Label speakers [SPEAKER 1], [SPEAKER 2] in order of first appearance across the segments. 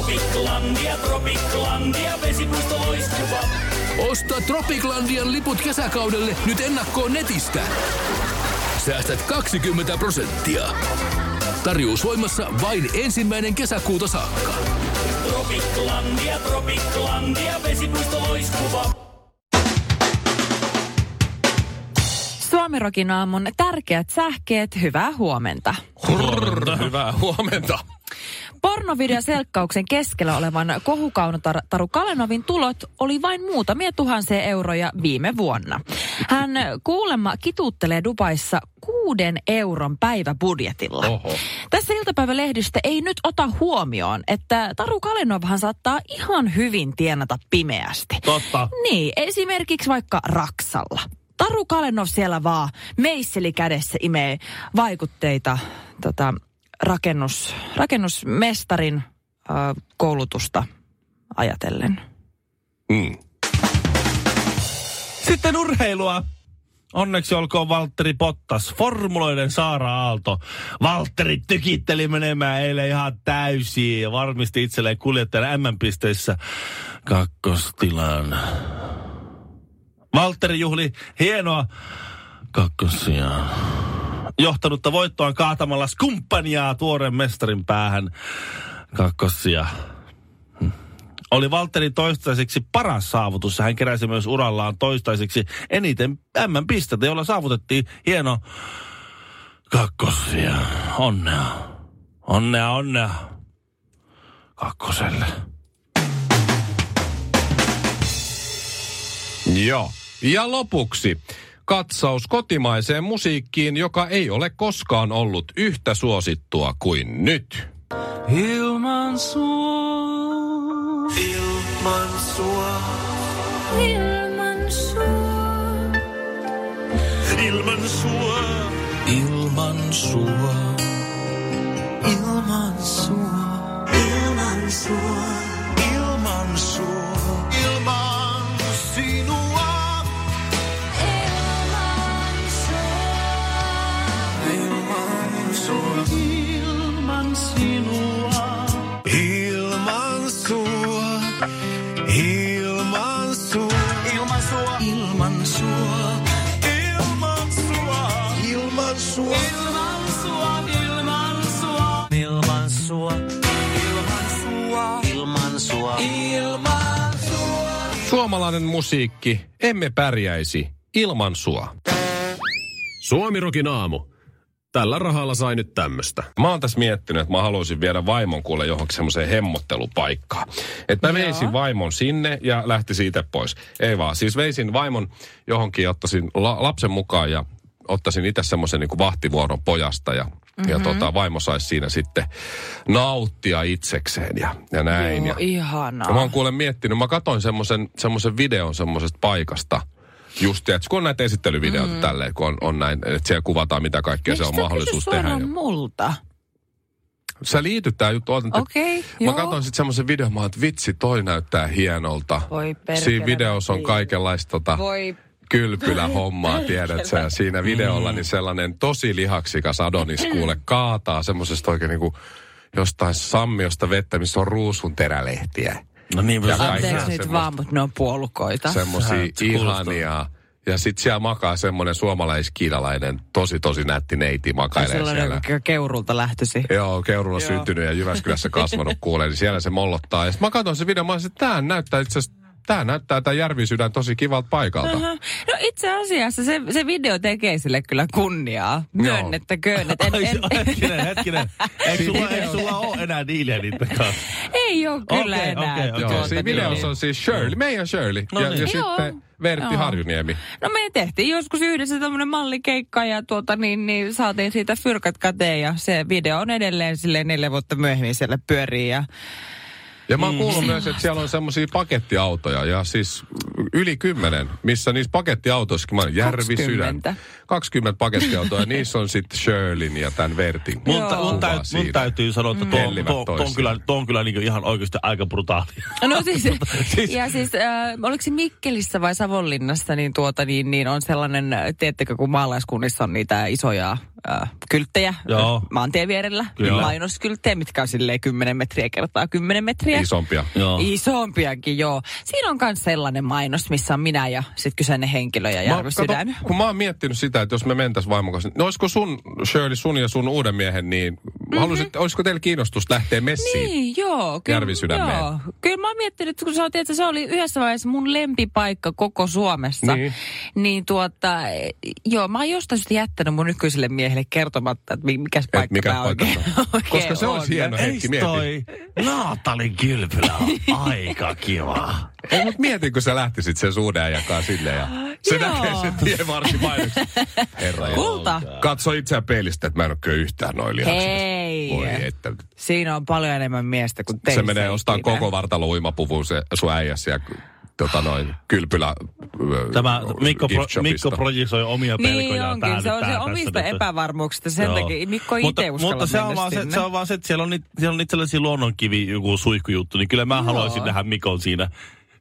[SPEAKER 1] Tropiklandia, Tropiklandia, vesipuisto loistuva.
[SPEAKER 2] Osta Tropiklandian liput kesäkaudelle nyt ennakkoon netistä. Säästät 20 prosenttia. Tarjous voimassa vain ensimmäinen kesäkuuta saakka.
[SPEAKER 1] Tropiklandia, Tropiklandia, vesipuisto loistuva.
[SPEAKER 3] Suomirokin aamun tärkeät sähkeet, hyvää huomenta.
[SPEAKER 4] Huomenta. Hyvää huomenta.
[SPEAKER 3] Pornovideoselkkauksen keskellä olevan kohukaunotaru Kalenovin tulot oli vain muutamia tuhansia euroja viime vuonna. Hän kuulemma kituuttelee Dubaissa kuuden euron päiväbudjetilla.
[SPEAKER 4] Oho.
[SPEAKER 3] Tässä iltapäivälehdistä ei nyt ota huomioon, että Taru Kalenovhan saattaa ihan hyvin tienata pimeästi.
[SPEAKER 4] Totta.
[SPEAKER 3] Niin, esimerkiksi vaikka Raksalla. Taru Kalenov siellä vaan meisseli kädessä imee vaikutteita tota, rakennus, rakennusmestarin ö, koulutusta ajatellen.
[SPEAKER 4] Mm. Sitten urheilua. Onneksi olkoon Valtteri Pottas, formuloiden Saara Aalto. Valtteri tykitteli menemään eilen ihan täysiin ja varmisti itselleen kuljettajan M-pisteissä kakkostilan. Valtteri juhli hienoa kakkosijaa. Johtanutta voittoa kaatamalla skumppaniaa tuoren mestarin päähän kakkosia oli Valtteri toistaiseksi paras saavutus. Hän keräsi myös urallaan toistaiseksi eniten M-pistettä, jolla saavutettiin hieno kakkosia. Onnea. Onnea, onnea. Kakkoselle.
[SPEAKER 5] Joo. Ja lopuksi katsaus kotimaiseen musiikkiin, joka ei ole koskaan ollut yhtä suosittua kuin nyt.
[SPEAKER 4] Ilman sua.
[SPEAKER 1] Ilman sua.
[SPEAKER 2] Ilman sua.
[SPEAKER 5] Suomalainen musiikki, emme pärjäisi ilman sua.
[SPEAKER 6] Suomirokin aamu. Tällä rahalla sai nyt tämmöstä.
[SPEAKER 5] Mä oon tässä miettinyt, että mä haluaisin viedä vaimon kuule johonkin semmoiseen hemmottelupaikkaan. Että mä veisin vaimon sinne ja lähti siitä pois. Ei vaan, siis veisin vaimon johonkin ja ottaisin la- lapsen mukaan ja ottaisin itse semmoisen niin vahtivuoron pojasta ja mm-hmm. ja tota, vaimo saisi siinä sitten nauttia itsekseen ja, ja näin.
[SPEAKER 3] Joo,
[SPEAKER 5] ja,
[SPEAKER 3] ihanaa.
[SPEAKER 5] ja mä oon kuule miettinyt, mä katoin semmoisen semmosen videon semmoisesta paikasta. Just, tiedätkö, kun on näitä esittelyvideoita mm. tälleen, kun on, on näin, että siellä kuvataan mitä kaikkea
[SPEAKER 3] Miksi
[SPEAKER 5] se on
[SPEAKER 3] sä
[SPEAKER 5] mahdollisuus
[SPEAKER 3] kysyt
[SPEAKER 5] tehdä.
[SPEAKER 3] suoraan
[SPEAKER 5] ja-
[SPEAKER 3] multa?
[SPEAKER 5] Sä liityt tää juttu. ootan, että-
[SPEAKER 3] Okei,
[SPEAKER 5] Mä
[SPEAKER 3] joo.
[SPEAKER 5] katson sitten semmoisen videon, mä oon, että vitsi, toi näyttää hienolta.
[SPEAKER 3] Voi perkele,
[SPEAKER 5] Siinä videossa on
[SPEAKER 3] niin.
[SPEAKER 5] kaikenlaista tota,
[SPEAKER 3] Voi
[SPEAKER 5] kylpylähommaa, tiedät sä. Ja Siinä videolla
[SPEAKER 3] Mm.
[SPEAKER 5] niin sellainen tosi lihaksikas Adonis kuule kaataa semmoisesta oikein niinku jostain sammiosta vettä, missä on ruusun terälehtiä.
[SPEAKER 4] No niin,
[SPEAKER 5] Ja
[SPEAKER 4] sä-
[SPEAKER 5] kaikkea
[SPEAKER 3] Anteeksi nyt
[SPEAKER 5] semmoista.
[SPEAKER 3] vaan, mutta ne on puolukoita.
[SPEAKER 5] Semmoisia
[SPEAKER 4] Sä- se kuulostaa.
[SPEAKER 5] ihania. Ja sit siellä makaa semmonen suomalaiskiinalainen, tosi tosi nätti neiti makailee siellä.
[SPEAKER 3] Sellainen ke- keurulta lähtösi.
[SPEAKER 5] Joo, Keurulla Joo. syntynyt ja Jyväskylässä kasvanut kuulee, niin siellä se mollottaa. Ja sit mä katsoin sen videon, mä olisin, että tää näyttää itse asiassa, tää näyttää tää järvisydän tosi kivalta paikalta.
[SPEAKER 3] Aha. No itse asiassa se, se video tekee sille kyllä kunniaa. Myönnettäköön. Et en,
[SPEAKER 4] Ai,
[SPEAKER 3] en,
[SPEAKER 4] Hetkinen, hetkinen. Eikö sulla, eikö sulla ole enää diiliä niiden kanssa?
[SPEAKER 3] ei ole kyllä
[SPEAKER 4] Okei,
[SPEAKER 3] enää.
[SPEAKER 4] okei, okei.
[SPEAKER 5] Joo,
[SPEAKER 3] tuota
[SPEAKER 5] siinä
[SPEAKER 3] niin.
[SPEAKER 5] videossa on siis Shirley, meidän Shirley.
[SPEAKER 4] No
[SPEAKER 5] ja,
[SPEAKER 4] niin.
[SPEAKER 5] ja
[SPEAKER 3] Joo.
[SPEAKER 5] sitten Vertti
[SPEAKER 3] Joo.
[SPEAKER 5] Harjuniemi.
[SPEAKER 3] No me tehtiin joskus yhdessä tämmönen mallikeikka ja tuota niin, niin saatiin siitä fyrkat käteen ja se video on edelleen sille neljä vuotta myöhemmin siellä pyörii ja
[SPEAKER 5] Ja
[SPEAKER 4] Mm.
[SPEAKER 5] mä oon kuullut myös, että siellä on semmoisia pakettiautoja, ja siis yli kymmenen, missä niissä pakettiautoissa, mä oon järvisydän.
[SPEAKER 3] 20.
[SPEAKER 5] 20 pakettiautoa, ja niissä on sitten Shirleyn ja tämän Vertin.
[SPEAKER 4] Mun,
[SPEAKER 3] Joo.
[SPEAKER 4] tä, mun,
[SPEAKER 5] kuva
[SPEAKER 4] täy, mun
[SPEAKER 5] siinä.
[SPEAKER 4] täytyy sanoa, että tuo,
[SPEAKER 5] Kellivät
[SPEAKER 4] tuo, tuo on
[SPEAKER 5] toisiaan.
[SPEAKER 4] kyllä, tuo on kyllä niin ihan oikeasti aika brutaali.
[SPEAKER 3] No siis, ja siis äh, oliko se Mikkelissä vai Savonlinnassa, niin tuota niin, niin on sellainen, äh, tiedättekö kun maalaiskunnissa on niitä isoja äh, kylttejä
[SPEAKER 4] Joo.
[SPEAKER 3] maantien vierellä, Niin
[SPEAKER 4] Kyllä.
[SPEAKER 3] mainoskylttejä, mitkä on silleen 10 metriä kertaa 10 metriä.
[SPEAKER 5] Isompia.
[SPEAKER 4] Joo.
[SPEAKER 3] Isompiakin, joo. Siinä on myös sellainen mainos, missä on minä ja sitten kyseinen henkilö ja Järvi Sydän.
[SPEAKER 5] kato, kun mä oon miettinyt sitä, että jos me mentäis vaimon kanssa, niin olisiko sun, Shirley, sun ja sun uuden miehen, niin mm-hmm. haluaisit, olisiko teillä kiinnostusta lähteä messiin?
[SPEAKER 3] Mhm. Niin, joo. Kyllä,
[SPEAKER 5] Järvisydämeen.
[SPEAKER 3] Joo. Kyllä mä oon miettinyt, kun sä oot, että se oli yhdessä vaiheessa mun lempipaikka koko Suomessa.
[SPEAKER 5] Niin.
[SPEAKER 3] Niin. niin tuota, eh, joo, mä oon jostain syystä jättänyt mun nykyiselle miehelle kertomatta, että mi- mikäs paikka
[SPEAKER 5] mikä
[SPEAKER 3] mä
[SPEAKER 5] paikka
[SPEAKER 3] oikein,
[SPEAKER 5] se on.
[SPEAKER 3] oikein
[SPEAKER 5] Koska se olisi
[SPEAKER 3] on.
[SPEAKER 5] hieno hetki
[SPEAKER 4] Eikö
[SPEAKER 5] No mieti.
[SPEAKER 4] toi Naatalin kylpylä on aika kiva?
[SPEAKER 5] Ei, mutta mietin, kun sä lähtisit sen suuden jakaa sille ja se
[SPEAKER 3] Joo.
[SPEAKER 5] näkee sen tien varsin mainoksen. Herra Jumala.
[SPEAKER 3] Kulta.
[SPEAKER 5] Katso itseä peilistä, että mä en ole kyllä yhtään noin lihaksista.
[SPEAKER 3] Hei.
[SPEAKER 5] Voi että.
[SPEAKER 3] Siinä on paljon enemmän miestä kuin
[SPEAKER 5] Se
[SPEAKER 3] teissä.
[SPEAKER 5] menee ostaa
[SPEAKER 3] ikinä.
[SPEAKER 5] koko vartalo uimapuvun se sun äijäs ja tota noin, kylpylä. ö,
[SPEAKER 4] Tämä Mikko,
[SPEAKER 5] No, gift
[SPEAKER 4] pro,
[SPEAKER 5] shopista.
[SPEAKER 4] Mikko projisoi omia
[SPEAKER 3] Niin
[SPEAKER 4] pelkojaan.
[SPEAKER 3] onkin, se on se omista epävarmuuksista. Sen takia Mikko ei itse uskalla
[SPEAKER 4] Mutta se on,
[SPEAKER 3] mennä
[SPEAKER 4] vaan se,
[SPEAKER 3] sinne.
[SPEAKER 4] se on vaan se, että siellä on, niitä, siellä on niitä sellaisia luonnonkivi, joku suihkujuttu, niin kyllä mä haluaisin nähdä Mikon siinä,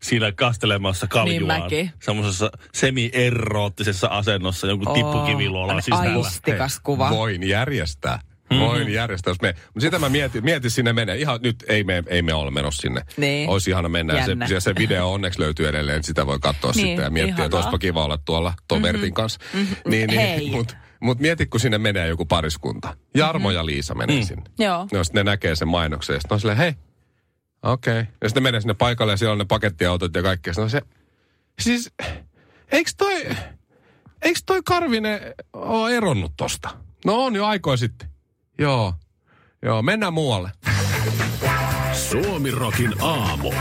[SPEAKER 4] siinä kastelemassa kaljuaan.
[SPEAKER 3] Niin mäkin.
[SPEAKER 4] Semmoisessa semi-eroottisessa asennossa, jonkun
[SPEAKER 3] Oo,
[SPEAKER 4] tippukiviluolan
[SPEAKER 3] tämmönen
[SPEAKER 4] sisällä.
[SPEAKER 3] Aistikas kuva. Mhm.
[SPEAKER 5] Voin järjestää. Voin järjestää, jos me... Mutta sitä mä mietin, mietin sinne menee. Ihan nyt ei me, ei me ole menossa sinne.
[SPEAKER 3] Niin.
[SPEAKER 5] Olisi ihana mennä. Ja Se,
[SPEAKER 3] Jännä.
[SPEAKER 5] ja se video onneksi löytyy edelleen, sitä voi katsoa
[SPEAKER 3] Niin,
[SPEAKER 5] sitten ja miettiä, että
[SPEAKER 3] ihanaa. Mhm.
[SPEAKER 5] olisipa kiva olla tuolla tuon mm-hmm. Vertin kanssa. Mm-hmm. Niin,
[SPEAKER 3] Hei.
[SPEAKER 5] niin, mut, mut mieti, kun sinne menee joku pariskunta. Jarmo ja Liisa menee sinne.
[SPEAKER 3] Mm-hmm. Mm. Joo.
[SPEAKER 5] No sitten ne näkee sen mainoksen ja sitten on silleen, hei, okei. Okay. Ja sitten ne menee sinne paikalle ja siellä on ne pakettiautot ja kaikkea. Sitten on se, siis, eikö toi, eikö toi Karvinen ole eronnut tosta? No on jo aikoja sitten. Joo, joo, mennään muualle.
[SPEAKER 6] Suomirokin aamu.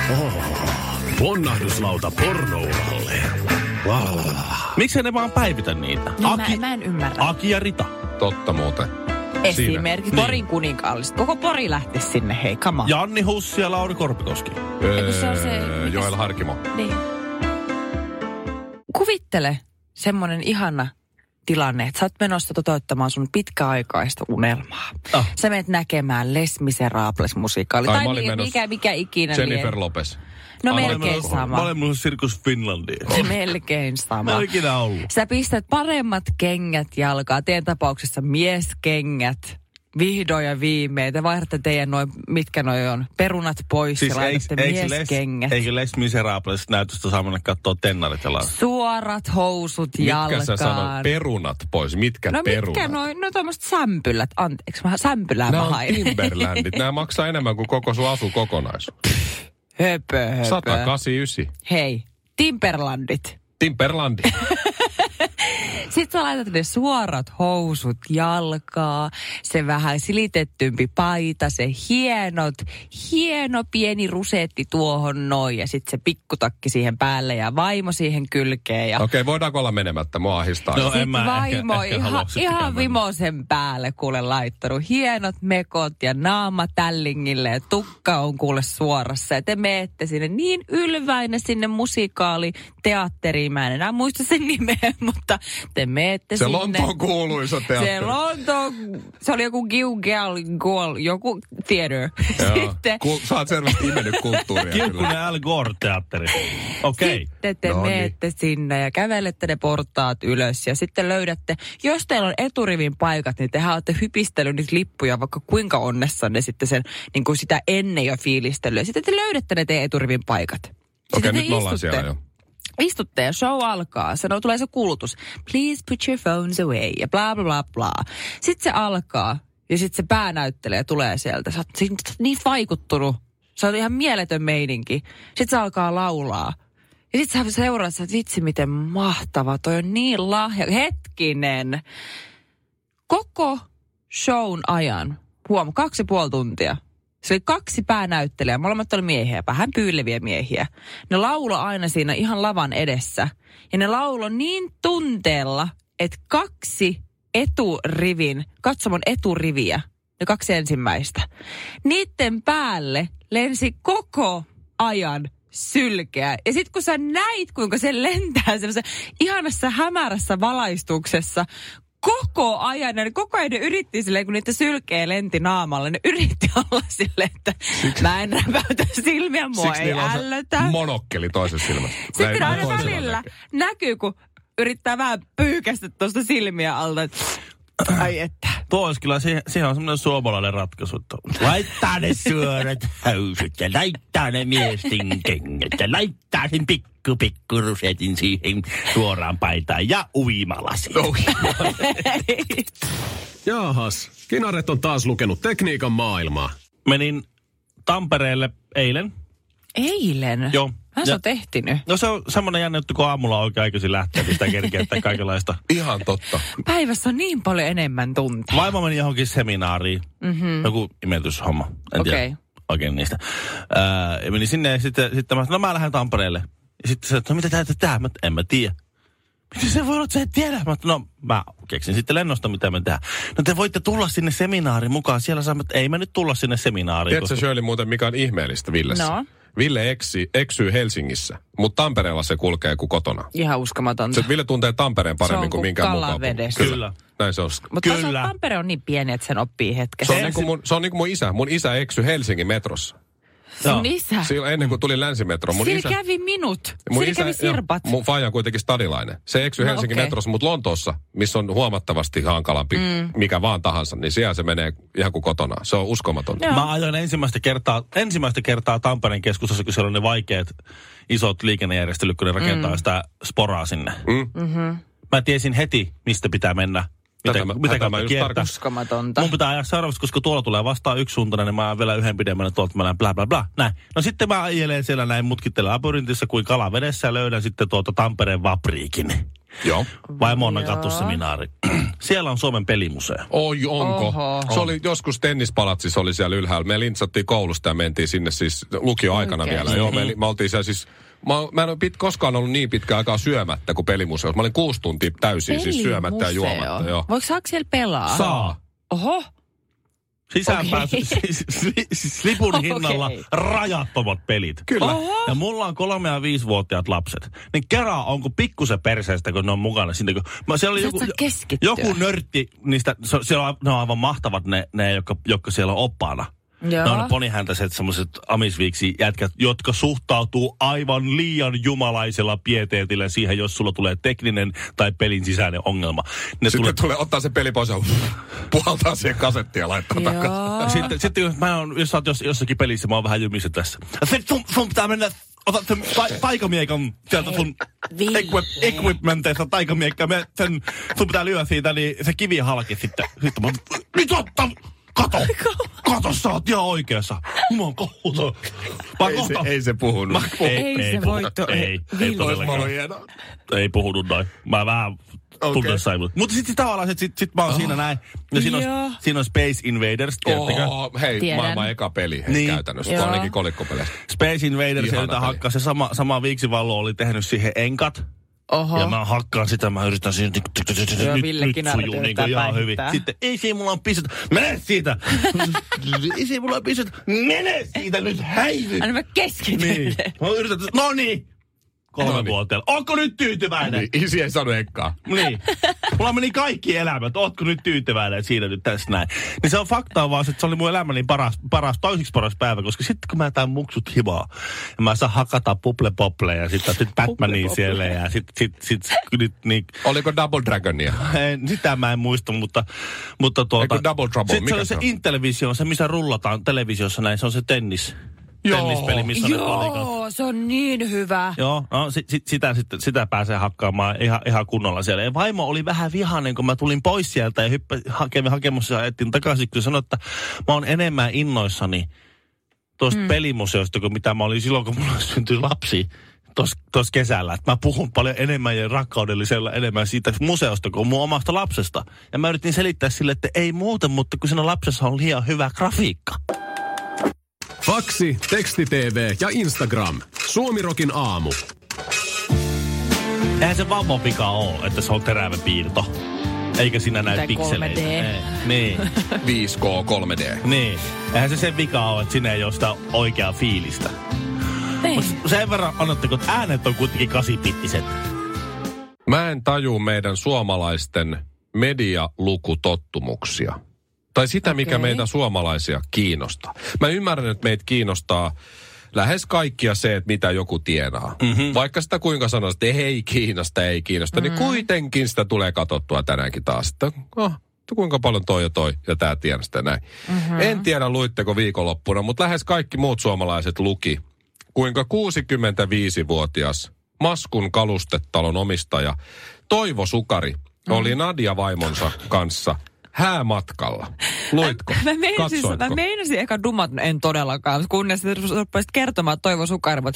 [SPEAKER 6] Ponnahduslauta pornouralle.
[SPEAKER 4] Miksei ne vaan päivitä niitä?
[SPEAKER 3] No, mä, mä en ymmärrä.
[SPEAKER 4] Aki ja Rita.
[SPEAKER 5] Totta muuten.
[SPEAKER 3] Esimerkiksi Porin kuninkaallista. Koko Pori lähti sinne, hei, come on.
[SPEAKER 4] Janni Hussi ja Lauri Korpikoski.
[SPEAKER 5] Öö,
[SPEAKER 3] se on se- mikä
[SPEAKER 5] Joel
[SPEAKER 3] se-
[SPEAKER 5] Harkimo.
[SPEAKER 3] Niin. Kuvittele semmoinen ihana tilanne, että sä oot menossa toteuttamaan sun pitkäaikaista unelmaa.
[SPEAKER 4] Ah.
[SPEAKER 3] Oh. Sä menet näkemään Les Miserables musikaali.
[SPEAKER 5] Tai
[SPEAKER 3] Tai,
[SPEAKER 5] mä olin
[SPEAKER 3] mi-
[SPEAKER 5] menossa
[SPEAKER 3] mikä, mikä ikinä
[SPEAKER 5] Jennifer
[SPEAKER 3] lie.
[SPEAKER 5] Lopez.
[SPEAKER 3] No
[SPEAKER 5] Mä olin
[SPEAKER 3] melkein
[SPEAKER 5] menossa-
[SPEAKER 3] sama.
[SPEAKER 4] Mä olen mun Sirkus Finlandia.
[SPEAKER 3] Melkein sama.
[SPEAKER 4] Mä en ikinä ollut.
[SPEAKER 3] Sä pistät paremmat kengät jalkaan, teidän tapauksessa mieskengät. Vihdoin ja viimein. Te vaihdatte teidän noin, mitkä noi on, perunat pois siis ja laitatte
[SPEAKER 4] Les,
[SPEAKER 3] mieskengät.
[SPEAKER 4] eikö Les Miserables näytöstä saa mennä katsoa tennarit ja laulaa?
[SPEAKER 3] Suorat housut jalkaan.
[SPEAKER 5] Mitkä sä sanoit? Perunat pois. Mitkä
[SPEAKER 3] no
[SPEAKER 5] perunat? No,
[SPEAKER 3] mitkä noi, no tuommoiset sämpylät, anteeksi, mä sämpylää
[SPEAKER 5] Nämä
[SPEAKER 3] mä
[SPEAKER 5] on
[SPEAKER 3] hain.
[SPEAKER 5] Timberlandit. Nämä maksaa enemmän kuin koko sun asu kokonaisuus.
[SPEAKER 3] höpö, höpö.
[SPEAKER 5] 189.
[SPEAKER 3] Hei, Timberlandit.
[SPEAKER 5] Timberlandi.
[SPEAKER 3] Sitten sä laitat ne suorat housut jalkaa, se vähän silitettömpi paita, se hienot, hieno pieni rusetti tuohon noin ja sitten se pikkutakki siihen päälle ja vaimo siihen kylkeen ja
[SPEAKER 5] Okei, voidaanko olla menemättä? Mua ahistaa.
[SPEAKER 4] No,
[SPEAKER 5] No.
[SPEAKER 4] en
[SPEAKER 3] Sitten
[SPEAKER 4] mä
[SPEAKER 3] vaimo
[SPEAKER 4] ehkä- ehkä halua
[SPEAKER 3] ihan,
[SPEAKER 4] sit pitää
[SPEAKER 3] ihan
[SPEAKER 4] mennä.
[SPEAKER 3] vimosen päälle kuule laittanut hienot mekot ja naama tällingille ja tukka on kuule suorassa. Ja te meette sinne niin ylväinen sinne musikaali-teatteriin. Mä en enää muista sen nimeä, mutta te meette
[SPEAKER 5] Se
[SPEAKER 3] sinne.
[SPEAKER 5] Lontoon kuuluisa
[SPEAKER 3] Se
[SPEAKER 5] teatteri.
[SPEAKER 3] Lontoon, se oli joku Giugal Goal, joku theater. Sitten,
[SPEAKER 5] Ku, sä oot selvästi imennyt kulttuuria. kyllä.
[SPEAKER 4] Kiukkunen Al Gore-teatteri. Okei. Okay.
[SPEAKER 3] Sitten te
[SPEAKER 5] No
[SPEAKER 3] no,
[SPEAKER 5] niin.
[SPEAKER 3] menette sinne ja kävelette ne portaat ylös ja sitten löydätte, jos teillä on eturivin paikat, niin tehän olette hypistellyt niitä lippuja vaikka kuinka onnessanne sitten sen, niin kuin sitä ennen jo fiilistellyt. Ja Sitten te löydätte ne teidän eturivin paikat.
[SPEAKER 5] Okei,
[SPEAKER 3] Sitten te
[SPEAKER 5] nyt me ollaan siellä jo.
[SPEAKER 3] Istutte ja show alkaa. Sanoo, tulee se kuulutus. Please put your phones away ja bla bla bla bla. Sitten se alkaa ja sitten se päänäyttelijä tulee sieltä. Sä oot, sä oot niin vaikuttunut. Se on ihan mieletön meininki. Sitten se alkaa laulaa. Ja sitten sä seuraat, että vitsi miten mahtava, toi on niin lahja. Hetkinen. Koko shown ajan, huom, kaksi ja puoli tuntia. Se oli kaksi päänäyttelijää, molemmat oli miehiä, vähän pyyleviä miehiä. Ne laulo aina siinä ihan lavan edessä. Ja ne laulo niin tunteella, että kaksi eturivin, katsomon eturiviä, ne No kaksi ensimmäistä. Niiden päälle lensi koko ajan sylkeä. Ja sitten kun sä näit, kuinka se lentää sellaisessa ihanassa hämärässä valaistuksessa, koko ajan, ne koko ajan ne yritti silleen, kun niitä sylkeä lenti naamalle, ne yritti olla silleen, että mä en räpäytä silmiä, mua ei
[SPEAKER 5] niillä on se
[SPEAKER 3] ällötä.
[SPEAKER 5] monokkeli toisessa silmässä.
[SPEAKER 3] Sitten
[SPEAKER 5] Näin,
[SPEAKER 3] aina
[SPEAKER 5] toisella
[SPEAKER 3] välillä
[SPEAKER 5] näkee.
[SPEAKER 3] näkyy, kun yrittää vähän pyykästä tuosta silmiä alta. että Ai että.
[SPEAKER 4] Tuo olisi kyllä, siihen, siihen on semmoinen suomalainen ratkaisu. että Laittaa ne suorat housut ja laittaa ne miesten kengät ja laittaa sen pikku pikku rusetin siihen suoraan paitaan ja uimalasi. No.
[SPEAKER 6] Jaahas, Kinaret on taas lukenut tekniikan maailmaa.
[SPEAKER 4] Menin Tampereelle eilen.
[SPEAKER 3] Eilen?
[SPEAKER 4] Joo.
[SPEAKER 3] Hän
[SPEAKER 4] Ja-
[SPEAKER 3] on tehtinyt.
[SPEAKER 4] No se on semmoinen jännä juttu, kun aamulla oikea-aikaisin lähtee, pitää kerkeä että kaikenlaista.
[SPEAKER 5] Ihan totta.
[SPEAKER 6] No
[SPEAKER 3] Päivässä on niin paljon enemmän tunteja.
[SPEAKER 4] Vaimo meni johonkin seminaariin. Mm-hmm. Joku imetyshomma. En
[SPEAKER 3] Okei.
[SPEAKER 4] tiedä oikein niistä. Öö, ja meni sinne ja sitten, sitten mä sanoin, no mä lähden Tampereelle. Ja sitten se, että no mitä tää tehdään? Mä, en mä tiedä. Miten se voi olla, että sä et tiedä? Mä, että no mä keksin sitten lennosta, mitä me tehdään. No te voitte tulla sinne seminaariin mukaan. Siellä saa, että ei mä nyt tulla sinne seminaariin.
[SPEAKER 5] Tiedätkö Shirley muuten, mikä on ihmeellistä Villessä?
[SPEAKER 3] No.
[SPEAKER 5] Ville eksi, eksyy Helsingissä, mutta Tampereella se kulkee kuin kotona.
[SPEAKER 3] Ihan uskamatonta.
[SPEAKER 5] Se Ville tuntee Tampereen
[SPEAKER 3] Mm. Se on
[SPEAKER 5] paremmin kuin
[SPEAKER 3] kuin
[SPEAKER 5] minkään muun
[SPEAKER 3] kala
[SPEAKER 5] kaupungin.
[SPEAKER 3] vedessä.
[SPEAKER 4] Kyllä.
[SPEAKER 5] Näin se on.
[SPEAKER 3] Mutta
[SPEAKER 4] Kyllä.
[SPEAKER 3] Tampere on niin pieni, että sen oppii hetkessä.
[SPEAKER 5] Se on, niin kuin mun, se on niin kuin mun isä. Mun isä eksyi Helsingin metrossa.
[SPEAKER 4] Joo.
[SPEAKER 3] Sun isä.
[SPEAKER 5] Silloin ennen kuin tuli länsimetroon. Mun
[SPEAKER 3] Siellä
[SPEAKER 5] isä,
[SPEAKER 3] kävi minut.
[SPEAKER 5] mun
[SPEAKER 3] Siellä kävi
[SPEAKER 5] joo,
[SPEAKER 3] sirpat.
[SPEAKER 5] mun faija on kuitenkin stadilainen. Se eksyi
[SPEAKER 3] No
[SPEAKER 5] no, Helsingin
[SPEAKER 3] okei.
[SPEAKER 5] okay. metrossa, mutta Lontoossa, missä on huomattavasti hankalampi, mm. mikä vaan tahansa, niin siellä se menee ihan kuin kotona. Se on uskomatonta.
[SPEAKER 4] Mä ajoin ensimmäistä kertaa, ensimmäistä kertaa Tampereen keskustassa, kun siellä on ne vaikeat isot liikennejärjestelyt, kun ne rakentaa mm. sitä sporaa sinne. Mm. Mä tiesin heti, mistä pitää mennä. Mitä,
[SPEAKER 5] Tätä mä-
[SPEAKER 4] mitä
[SPEAKER 5] tätä
[SPEAKER 4] kautta
[SPEAKER 5] mä just
[SPEAKER 4] kiertää.
[SPEAKER 5] tarkoitin.
[SPEAKER 3] Uskomatonta.
[SPEAKER 4] Mun pitää ajaa seuraavaksi, koska tuolla tulee vastaan yksisuuntainen, niin mä ajan vielä yhden pidemmän tuolta, mä näen bla bla bla. Näin. No sitten mä ajelen siellä näin mutkittelen aborintissa kuin kala vedessä ja löydän sitten tuolta Tampereen vapriikin.
[SPEAKER 5] Joo.
[SPEAKER 4] Vai Monna katuseminaari. siellä on Suomen pelimuseo.
[SPEAKER 5] Oi, onko?
[SPEAKER 3] Oho.
[SPEAKER 5] Oho. Se oli joskus tennispalatsissa oli siellä ylhäällä. Me lintsattiin koulusta ja mentiin sinne siis lukioaikana
[SPEAKER 3] Oikein.
[SPEAKER 5] Oikein. vielä. Joo, me, li- me oltiin siellä siis... Mä, oon- mä en ole pit, koskaan ollut niin pitkä aikaa syömättä kuin pelimuseossa. Mä olin kuusi tuntia täysin siis syömättä ja
[SPEAKER 3] Pelimuseo.
[SPEAKER 5] juomatta. Joo.
[SPEAKER 3] Voiko saako siellä pelaa?
[SPEAKER 4] Saa.
[SPEAKER 3] Oho.
[SPEAKER 4] Sisäänpääsy,
[SPEAKER 3] Okei.
[SPEAKER 4] siis, siis, siis lipun
[SPEAKER 3] Okei.
[SPEAKER 4] hinnalla rajattomat pelit.
[SPEAKER 5] Kyllä.
[SPEAKER 4] Oho. Ja mulla on kolme- ja viisivuotiaat lapset. Niin kerran onko pikkusen perseestä, kun ne on mukana siinä. Kun mä, siellä oli
[SPEAKER 3] Saat
[SPEAKER 4] joku,
[SPEAKER 3] sä keskittyä?
[SPEAKER 4] joku nörtti, niistä, se, siellä on, ne on aivan mahtavat ne, ne jotka, jotka siellä on oppaana.
[SPEAKER 3] Joo.
[SPEAKER 4] Ne on ne ponihäntäiset semmoiset amisviiksi jätkät, jotka suhtautuu aivan liian jumalaisella pieteetillä siihen, jos sulla tulee tekninen tai pelin sisäinen ongelma. Ne tulee
[SPEAKER 5] Sitten tulee ottaa se peli pois ja puhaltaa siihen kasettia ja laittaa takaisin.
[SPEAKER 3] Joo.
[SPEAKER 4] Sitten, sitten jos mä oon, jos sä oot jos, jossakin pelissä, mä oon vähän jumissä tässä. Sitten sun, sun pitää mennä, ota sen ta, taikamiekon sieltä sun
[SPEAKER 3] Ville.
[SPEAKER 4] equip, equipmenteista taikamiekka. Me, sen, sun pitää lyödä siitä, niin se kivi halki sitten. Sitten mä, nyt otta, kato, kato, sä oot ihan oikeassa. Mä oon kohuto. Mä
[SPEAKER 5] Ei se,
[SPEAKER 4] kohta-
[SPEAKER 5] ei se puhunut.
[SPEAKER 4] Mä-
[SPEAKER 3] Ei se
[SPEAKER 4] puhu-
[SPEAKER 3] voi to-
[SPEAKER 4] Ei, ei
[SPEAKER 3] Ville.
[SPEAKER 5] Olisi
[SPEAKER 4] todellakaan
[SPEAKER 5] ollut hienoa.
[SPEAKER 4] ei puhunut noin. Mä vähän
[SPEAKER 5] Okei.
[SPEAKER 4] tunnoissa okay. Mutta sitten tavallaan sit, sit, sit mä oon oh. siinä näin. Ja siinä
[SPEAKER 3] Ah. Joo.
[SPEAKER 4] on, siinä on Space Invaders, tiedättekö?
[SPEAKER 5] Oho, hei,
[SPEAKER 3] Tiedän.
[SPEAKER 5] maailman eka peli hei,
[SPEAKER 4] Niin.
[SPEAKER 5] niin. käytännössä.
[SPEAKER 3] Joo.
[SPEAKER 5] Joo. Ainakin kolikkopeleistä.
[SPEAKER 4] Space Invaders,
[SPEAKER 5] Ihana
[SPEAKER 4] jota
[SPEAKER 5] peli.
[SPEAKER 4] hakkaa se sama, sama viiksivallo oli tehnyt siihen enkat.
[SPEAKER 3] Oho.
[SPEAKER 4] Oh. Ja mä hakkaan sitä, mä yritän siinä, nyt,
[SPEAKER 3] Joo,
[SPEAKER 4] nyt,
[SPEAKER 3] Villekin
[SPEAKER 4] nyt sujuu
[SPEAKER 3] yrittää
[SPEAKER 4] niin kuin ihan hyvin.
[SPEAKER 3] päihittää.
[SPEAKER 4] Sitten, isi, mulla on pisut, mene siitä! isi, mulla on pisut, mene siitä nyt, häivy!
[SPEAKER 3] Aina mä keskityn.
[SPEAKER 4] Niin, mä yritän, no niin!
[SPEAKER 5] No
[SPEAKER 4] Kolme vuotiailla. Onko nyt tyytyväinen?
[SPEAKER 5] Niin. Isi ei sano ekkaa.
[SPEAKER 4] Niin. Mulla meni kaikki elämät. Ootko nyt tyytyväinen siinä nyt tässä näin? Niin se on faktaa vaan, se, että se oli mun elämäni paras, paras toisiksi paras päivä, koska sitten kun mä jätän muksut himaa, ja mä saan hakata puple pople ja sitten sit Batmania siellä ja sitten sit, sit, sit, nyt niin,
[SPEAKER 5] Oliko Double Dragonia?
[SPEAKER 4] en, sitä mä en muista, mutta, mutta tuota...
[SPEAKER 5] Eikö Double Trouble,
[SPEAKER 4] Sitten se
[SPEAKER 5] mikä
[SPEAKER 4] on se,
[SPEAKER 5] se on?
[SPEAKER 4] Intellivision, se missä rullataan televisiossa näin, se on se tennis.
[SPEAKER 5] Joo.
[SPEAKER 4] Tennispeli, missä on ne kolikat.
[SPEAKER 3] Joo, se on niin hyvä.
[SPEAKER 4] Joo, no, sit, sit, sitä, sit, sitä pääsee hakkaamaan ihan, ihan kunnolla siellä. Ja vaimo oli vähän vihainen, kun mä tulin pois sieltä ja hyppä, hakemin hakemassa ja etsin takaisin, kun sanoi, että mä oon enemmän innoissani tuosta mm. pelimuseosta kuin mitä mä olin silloin, kun mulla syntyi lapsi tuossa kesällä. Et mä puhun paljon enemmän ja rakkaudellisella enemmän siitä museosta kuin mun omasta lapsesta. Ja mä yritin selittää sille, että ei muuten, mutta kun siinä lapsessa on liian hyvä grafiikka.
[SPEAKER 6] Faksi, teksti TV ja Instagram. Suomirokin aamu.
[SPEAKER 4] Eihän se vammon vika ole, että se on terävä piirto. Eikä siinä näy
[SPEAKER 3] Tai
[SPEAKER 4] pikseleitä.
[SPEAKER 3] 3D.
[SPEAKER 4] Ei. Niin,
[SPEAKER 5] 5K 3D.
[SPEAKER 4] niin. Eihän se sen vika ole, että siinä ei ole sitä oikeaa fiilistä.
[SPEAKER 3] Ei.
[SPEAKER 4] Mut sen verran annatteko, että äänet on kuitenkin kasipittiset.
[SPEAKER 5] Mä en taju meidän suomalaisten medialukutottumuksia. Tai sitä, okay. mikä
[SPEAKER 3] Okei.
[SPEAKER 5] meitä suomalaisia kiinnostaa. Mä ymmärrän, että meitä kiinnostaa lähes kaikkia se, että mitä joku tienaa. Mm-hmm. Vaikka sitä kuinka sanoisit, että ei kiinnosta, ei kiinnosta, mm-hmm. niin kuitenkin sitä tulee katsottua tänäänkin taas. Että, oh, vittu kuinka paljon toi ja toi ja tää tienasi sitä näin. Mm-hmm. En tiedä luitteko viikonloppuna, mutta lähes kaikki muut suomalaiset luki, kuinka 65-vuotias Maskun kalustetalon omistaja Toivo Sukari oli Nadia vaimonsa kanssa häämatkalla. Luitko?
[SPEAKER 3] Mä meinasin,
[SPEAKER 5] Katsoitko?
[SPEAKER 3] mä meinasin eka dumat, no en todellakaan, kunnes sitten rupes- rupesit kertomaan Toivo Sukarvot.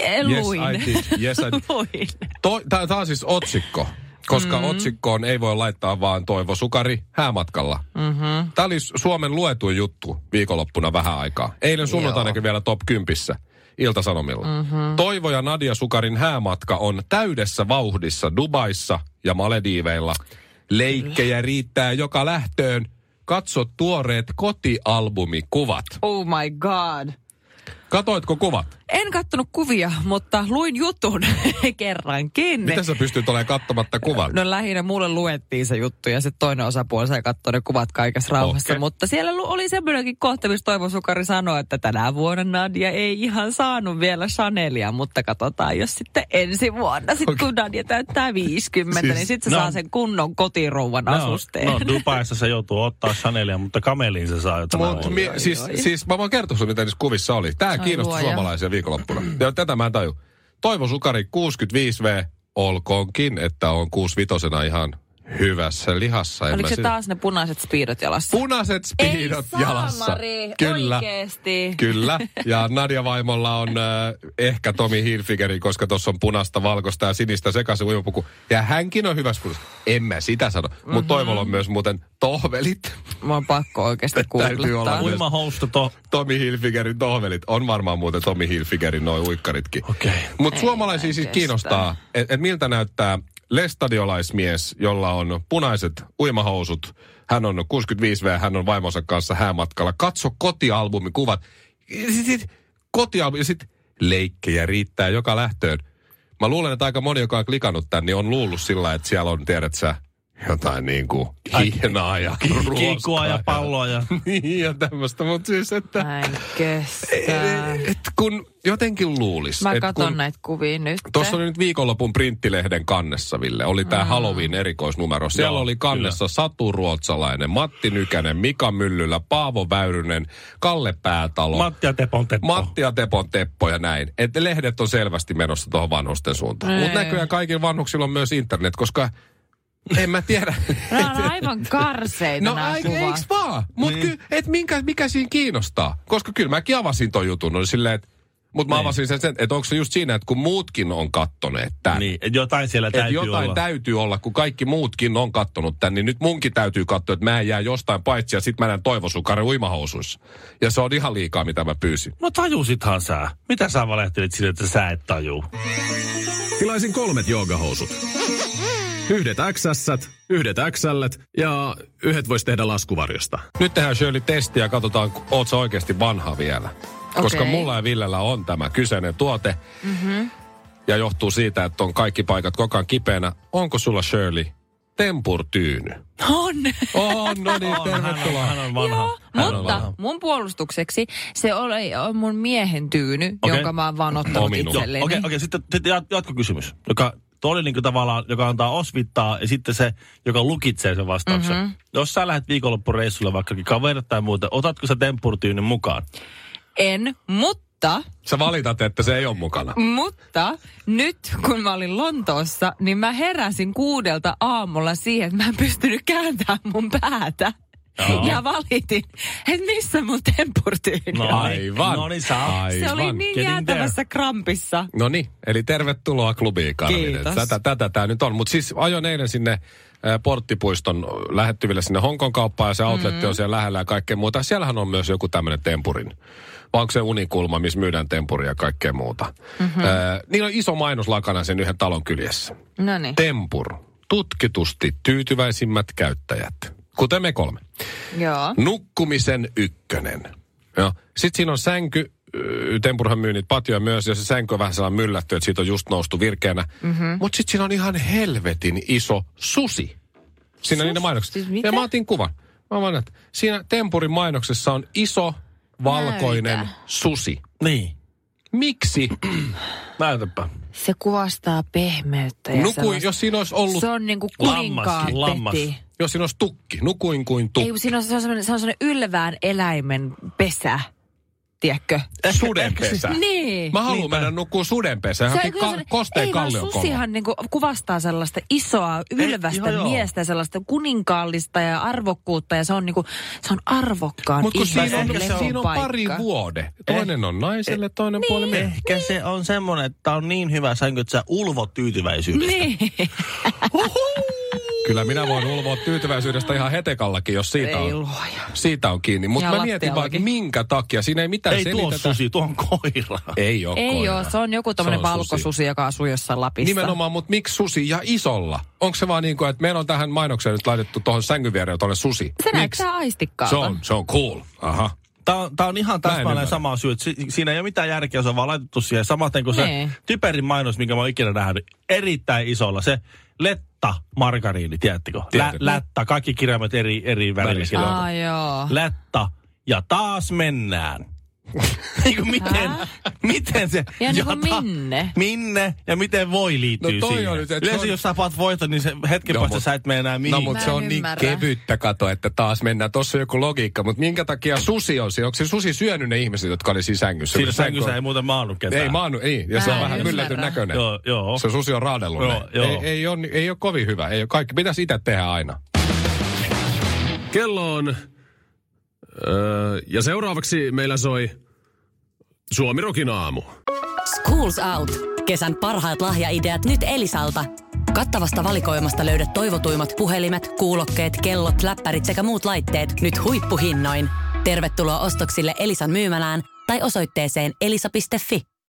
[SPEAKER 5] Yes,
[SPEAKER 3] Luin.
[SPEAKER 5] I did. Yes, I did.
[SPEAKER 3] Luin.
[SPEAKER 5] Tämä on siis otsikko, koska
[SPEAKER 3] Mm.
[SPEAKER 5] mm-hmm. otsikkoon ei voi laittaa vaan Toivo Sukari häämatkalla. Mm-hmm. Tämä oli Suomen luetuin juttu viikonloppuna vähän aikaa. Eilen sunnuntainakin vielä top 10 Iltasanomilla. Mm-hmm. Toivo ja Nadia Sukarin häämatka on täydessä vauhdissa Dubaissa ja Malediiveilla. Leikkejä riittää joka lähtöön. Katso tuoreet kotialbumikuvat.
[SPEAKER 3] Oh my god.
[SPEAKER 5] Katoitko kuvat?
[SPEAKER 3] En kattonut kuvia, mutta luin jutun kerrankin.
[SPEAKER 5] Miten sä pystyt olemaan katsomatta kuvat?
[SPEAKER 3] No lähinnä mulle luettiin se juttu ja sitten toinen osapuoli sai katsoa ne kuvat kaikessa rauhassa.
[SPEAKER 5] Okei.
[SPEAKER 3] Mutta siellä lu- oli semmoinenkin kohta, missä Toivo Sukari sanoi, että tänä vuonna Nadia ei ihan saanut vielä Chanelia, mutta katsotaan, jos sitten ensi vuonna, sit kun Nadia täyttää 50,
[SPEAKER 5] Siis
[SPEAKER 3] niin sitten se
[SPEAKER 4] no-
[SPEAKER 3] saa sen kunnon kotirouvan asusteen.
[SPEAKER 4] No, no Dubaissa se joutuu ottaa Chanelia, mutta kameliin se saa jotain.
[SPEAKER 5] Mut, mi- siis, siis mä voin kertoa sun, mitä niissä kuvissa oli. Tää kiinnosti
[SPEAKER 3] luoja.
[SPEAKER 5] suomalaisia viikonloppuna. Ja tätä mä en taju. Toivo Sukari 65V, olkoonkin, että on 65 ihan hyvässä lihassa. En
[SPEAKER 3] Oliko
[SPEAKER 5] mä
[SPEAKER 3] se
[SPEAKER 5] sitä-
[SPEAKER 3] taas ne punaiset spiidot jalassa?
[SPEAKER 5] Punaiset speedot jalassa.
[SPEAKER 3] saamari,
[SPEAKER 5] Kyllä.
[SPEAKER 3] oikeesti.
[SPEAKER 5] Kyllä. Ja Nadia vaimolla on äh, ehkä Tomi Hilfigeri, koska tuossa on punasta, valkoista ja sinistä sekaisin uimapuku. Ja hänkin on hyvässä kunnossa. En mä sitä sano. Mutta
[SPEAKER 3] Mhm.
[SPEAKER 5] mm-hmm. Toivolla on myös muuten tohvelit.
[SPEAKER 3] Mä oon pakko oikeasti
[SPEAKER 5] Täytyy olla
[SPEAKER 3] googlettaa.
[SPEAKER 5] muuten.
[SPEAKER 4] Uima housta to...
[SPEAKER 5] Tommy Hilfigerin tohvelit. On varmaan muuten Tommy Hilfigerin noin uikkaritkin.
[SPEAKER 4] Okei.
[SPEAKER 5] Mutta suomalaisia siis
[SPEAKER 3] kestä.
[SPEAKER 5] kiinnostaa, että et miltä näyttää lestadiolaismies, jolla on punaiset uimahousut. Hän on 65V, hän on vaimonsa kanssa häämatkalla. Katso kotialbumikuvat. Sit, sit, kotialbumi, ja sit leikkejä riittää joka lähtöön. Mä luulen, että aika moni, joka on klikannut tän, niin on luullut sillä, että siellä on, tiedät sä, jotain niin kuin hihnaa ja
[SPEAKER 4] Kiikua
[SPEAKER 5] ruoskaa
[SPEAKER 4] ja palloa ja...
[SPEAKER 5] niin ja tämmöistä, mutta siis että...
[SPEAKER 3] Mä en kestä.
[SPEAKER 5] Et kun jotenkin luulis.
[SPEAKER 3] Mä
[SPEAKER 5] et
[SPEAKER 3] katon
[SPEAKER 5] kun-
[SPEAKER 3] näitä kuvia nyt.
[SPEAKER 5] Tuossa oli nyt viikonlopun printtilehden kannessa, Ville. Oli
[SPEAKER 3] Mm.
[SPEAKER 5] tämä Halloween erikoisnumero. Siellä
[SPEAKER 4] Joo,
[SPEAKER 5] oli kannessa Satu Ruotsalainen, Matti Nykänen, Mika Myllylä, Paavo Väyrynen, Kalle Päätalo.
[SPEAKER 4] Matti ja Tepon Teppo.
[SPEAKER 5] Matti ja Tepon Teppo ja näin. Että lehdet on selvästi menossa tuohon vanhusten suuntaan.
[SPEAKER 3] Niin.
[SPEAKER 5] Mutta näköjään kaikilla vanhuksilla on myös internet, koska en mä tiedä.
[SPEAKER 3] Nämä on aivan karseita
[SPEAKER 5] No
[SPEAKER 3] nämä
[SPEAKER 5] ai- eiks
[SPEAKER 3] kuvat.
[SPEAKER 5] vaan? Mut niin. ky, et minkä, mikä siinä kiinnostaa? Koska kyllä mäkin avasin ton jutun, oli silleen, että mutta mä
[SPEAKER 4] Niin.
[SPEAKER 5] avasin sen, sen että onko se just siinä, että kun muutkin on kattoneet tämän.
[SPEAKER 4] Niin, et jotain siellä
[SPEAKER 5] Että
[SPEAKER 4] täytyy
[SPEAKER 5] jotain
[SPEAKER 4] olla.
[SPEAKER 5] täytyy olla, kun kaikki muutkin on kattonut tämän, niin nyt munkin täytyy katsoa, että mä en jää jostain paitsi ja sit mä näen toivosukari uimahousuissa. Ja se on ihan liikaa, mitä mä pyysin.
[SPEAKER 4] No tajusithan sä. Mitä sä valehtelit sille, että sä et tajuu?
[SPEAKER 6] Tilaisin kolmet joogahousut. Yhdet XS, yhdet XL ja yhdet voisi tehdä laskuvarjosta.
[SPEAKER 5] Nyt tehdään Shirley testiä ja katsotaan, ku- oot sä oikeasti vanha vielä. Koska
[SPEAKER 3] Okei.
[SPEAKER 5] mulla ja Villellä on tämä kyseinen tuote. Mm-hmm. Ja johtuu siitä, että on kaikki paikat koko ajan kipeänä. Onko sulla Shirley tempurtyyny?
[SPEAKER 3] On.
[SPEAKER 5] On, no niin,
[SPEAKER 4] On, hän, on, hän on vanha.
[SPEAKER 3] Joo,
[SPEAKER 4] hän on
[SPEAKER 3] mutta
[SPEAKER 4] vanha.
[SPEAKER 3] mun puolustukseksi se oli on mun miehen tyyny,
[SPEAKER 4] Okei.
[SPEAKER 3] jonka mä oon vaan ottanut
[SPEAKER 5] Ominut.
[SPEAKER 4] Joo,
[SPEAKER 3] itselleni.
[SPEAKER 4] okei, okei. Sitten, sitten jat- jatkokysymys, joka toi oli niinku tavallaan, joka antaa osvittaa ja sitten se, joka lukitsee sen vastauksen.
[SPEAKER 3] Mhm.
[SPEAKER 4] Mm-hmm. Jos sä lähdet viikonloppureissulle vaikkakin kaverit tai muuta, otatko sä tempurtyynyn mukaan?
[SPEAKER 3] En, mutta...
[SPEAKER 5] Sä valitat, että se ei ole mukana.
[SPEAKER 3] Mutta nyt kun mä olin Lontoossa, niin mä heräsin kuudelta aamulla siihen, että mä en pystynyt kääntämään mun päätä.
[SPEAKER 4] Joo.
[SPEAKER 3] Ja valitin, että missä mun tempurtyyny
[SPEAKER 4] No
[SPEAKER 3] on.
[SPEAKER 5] Aivan.
[SPEAKER 4] No niin, saa.
[SPEAKER 5] Aivan.
[SPEAKER 3] Se oli niin
[SPEAKER 4] Getting
[SPEAKER 3] jäätävässä krampissa.
[SPEAKER 5] No niin, eli tervetuloa klubiin, Karvinen.
[SPEAKER 3] Kiitos.
[SPEAKER 5] Tätä, tätä tämä nyt on. Mutta siis ajoin eilen sinne äh, Porttipuiston äh, lähettyville sinne Honkon kauppaan ja se outletti mm-hmm. on siellä lähellä ja kaikkea muuta. Siellähän on myös joku tämmöinen tempurin. Vai onko se unikulma, missä myydään tempuria ja kaikkea muuta. Mm-hmm. Äh, niillä on iso mainos lakana sen yhden talon kyljessä.
[SPEAKER 3] No niin.
[SPEAKER 5] Tempur. Tutkitusti tyytyväisimmät käyttäjät. Kuten me kolme.
[SPEAKER 3] Joo.
[SPEAKER 5] Nukkumisen ykkönen. Joo. Sitten siinä on sänky, öö, Tempurhan myy niitä patjoja myös, ja se sänky on vähän sellainen myllätty, että siitä on just noustu virkeänä.
[SPEAKER 3] Mhm.
[SPEAKER 5] Mm-hmm. Mutta sitten siinä on ihan helvetin iso susi. Siinä niiden mainoksessa.
[SPEAKER 3] Siis mitä?
[SPEAKER 5] ja mä otin kuvan. Mä vaan, että siinä Tempurin mainoksessa on iso, valkoinen
[SPEAKER 3] Näytä.
[SPEAKER 5] susi.
[SPEAKER 4] Niin.
[SPEAKER 5] Miksi?
[SPEAKER 4] Näytäpä.
[SPEAKER 3] Se kuvastaa pehmeyttä ja
[SPEAKER 5] Nukuin,
[SPEAKER 3] sellaista-
[SPEAKER 5] jos siinä olisi ollut,
[SPEAKER 3] Se on niinku
[SPEAKER 4] Lammas,
[SPEAKER 3] kuninkaan
[SPEAKER 4] lammas.
[SPEAKER 3] peti.
[SPEAKER 5] jos siinä olisi tukki, nukuin kuin
[SPEAKER 3] Ei,
[SPEAKER 5] tukki.
[SPEAKER 3] kun siinä on, se on semmoinen, se on semmoinen ylvään eläimen pesä, tiedätkö?
[SPEAKER 5] Sudenpesä.
[SPEAKER 3] Niin.
[SPEAKER 5] Mä haluan mennä nukkuu sudenpesään,
[SPEAKER 3] Se on
[SPEAKER 5] johonkin
[SPEAKER 3] kyllä
[SPEAKER 5] ka-
[SPEAKER 3] semmoinen-
[SPEAKER 5] kosteen
[SPEAKER 3] ei, vaan
[SPEAKER 5] kallion kohdalla.
[SPEAKER 3] susihan niinku kuvastaa sellaista isoa, ylvästä
[SPEAKER 4] ihan joo.
[SPEAKER 3] miestä, sellaista kuninkaallista ja arvokkuutta. Ja se on, niinku, se on arvokkaan
[SPEAKER 5] Mutta kun siinä on,
[SPEAKER 3] ihmisen
[SPEAKER 5] siinä on pari
[SPEAKER 3] paikka. Eh, niin.
[SPEAKER 5] vuode. Toinen on naiselle, toinen puoli miehelle.
[SPEAKER 4] Ehkä se on semmonen, että tää on niin hyvä sänky, että sä ulvot tyytyväisyydestä.
[SPEAKER 3] Niin.
[SPEAKER 5] Kyllä minä voin ulvoa tyytyväisyydestä ihan hetekallakin, jos siitä
[SPEAKER 3] Ei
[SPEAKER 5] on,
[SPEAKER 3] luoja.
[SPEAKER 5] siitä on kiinni. Mutta
[SPEAKER 3] Ihan
[SPEAKER 5] mä mietin vaan, että
[SPEAKER 3] lattiallakin.
[SPEAKER 5] minkä takia. Siinä ei mitään
[SPEAKER 4] Ei tuo on
[SPEAKER 5] selitetä.
[SPEAKER 4] susi, tuo on koira.
[SPEAKER 5] Ei ole
[SPEAKER 3] Ei
[SPEAKER 5] koira.
[SPEAKER 3] ole, se on joku tommonen
[SPEAKER 5] Se on susi.
[SPEAKER 3] valkosusi, joka asuu jossain Lapissa.
[SPEAKER 5] Nimenomaan, mutta miksi susi ja isolla? Onko se vaan niin kuin, että meillä on tähän mainokseen nyt laitettu tuohon sängyn viereen tuonne susi?
[SPEAKER 3] Se
[SPEAKER 5] Miksi?
[SPEAKER 3] näyttää aistikkaalta.
[SPEAKER 5] Se on, se on cool. Aha.
[SPEAKER 4] Tää on, tää on ihan täsmälleen
[SPEAKER 5] ymmärrän.
[SPEAKER 4] sama syy, että si, siinä ei ole mitään järkeä, se on vaan laitettu siihen. Samaten kuin se
[SPEAKER 3] Niin.
[SPEAKER 4] typerin mainos, minkä mä oon ikinä nähnyt, erittäin isolla, se letta margariini, tiedättekö? Lä,
[SPEAKER 5] Tiedän.
[SPEAKER 4] lättä, kaikki kirjaimet eri, eri värillä.
[SPEAKER 5] Värillä.
[SPEAKER 4] kirjoitettu.
[SPEAKER 3] Ah, joo.
[SPEAKER 4] Lättä, ja taas mennään. niin kuin miten, miten se...
[SPEAKER 3] Ja niin
[SPEAKER 4] ta-
[SPEAKER 3] kuin minne.
[SPEAKER 4] Minne ja miten voi liittyy
[SPEAKER 5] No toi
[SPEAKER 4] siihen.
[SPEAKER 5] on nyt, et
[SPEAKER 4] Yleensä
[SPEAKER 5] se on-
[SPEAKER 4] jos sä paat voita, niin se hetken
[SPEAKER 5] No
[SPEAKER 4] päästä
[SPEAKER 5] mut-
[SPEAKER 4] sä et mene enää
[SPEAKER 5] No
[SPEAKER 4] mihin.
[SPEAKER 5] mutta
[SPEAKER 3] Mä
[SPEAKER 5] se
[SPEAKER 3] en
[SPEAKER 5] on niin
[SPEAKER 3] ymmärrä.
[SPEAKER 5] kevyttä kato, että taas mennään. Tuossa on joku logiikka, mutta minkä takia susi on siinä? Onko se susi syönyt ne ihmiset, jotka oli siinä sängyssä?
[SPEAKER 4] Siinä
[SPEAKER 5] Kun sänky
[SPEAKER 4] sängyssä ei muuten maannut ketään.
[SPEAKER 5] Ei maannu, ei. Ja se
[SPEAKER 3] Mä
[SPEAKER 5] on
[SPEAKER 3] en
[SPEAKER 5] vähän
[SPEAKER 3] ymmärrä.
[SPEAKER 5] myllätyn näköinen.
[SPEAKER 4] Joo, joo.
[SPEAKER 5] Se susi on raadellut
[SPEAKER 4] Joo,
[SPEAKER 5] joo,
[SPEAKER 4] joo.
[SPEAKER 5] Ei, ei, ole, ei ole kovin hyvä. Ei ole kaikki. Pitäisi itse tehdä aina.
[SPEAKER 7] Kello on... Öö, ja seuraavaksi meillä soi Suomi Rokin aamu.
[SPEAKER 8] Schools Out. Kesän parhaat lahjaideat nyt Elisalta. Kattavasta valikoimasta löydät toivotuimmat puhelimet, kuulokkeet, kellot, läppärit sekä muut laitteet nyt huippuhinnoin. Tervetuloa ostoksille Elisan myymälään tai osoitteeseen elisa.fi.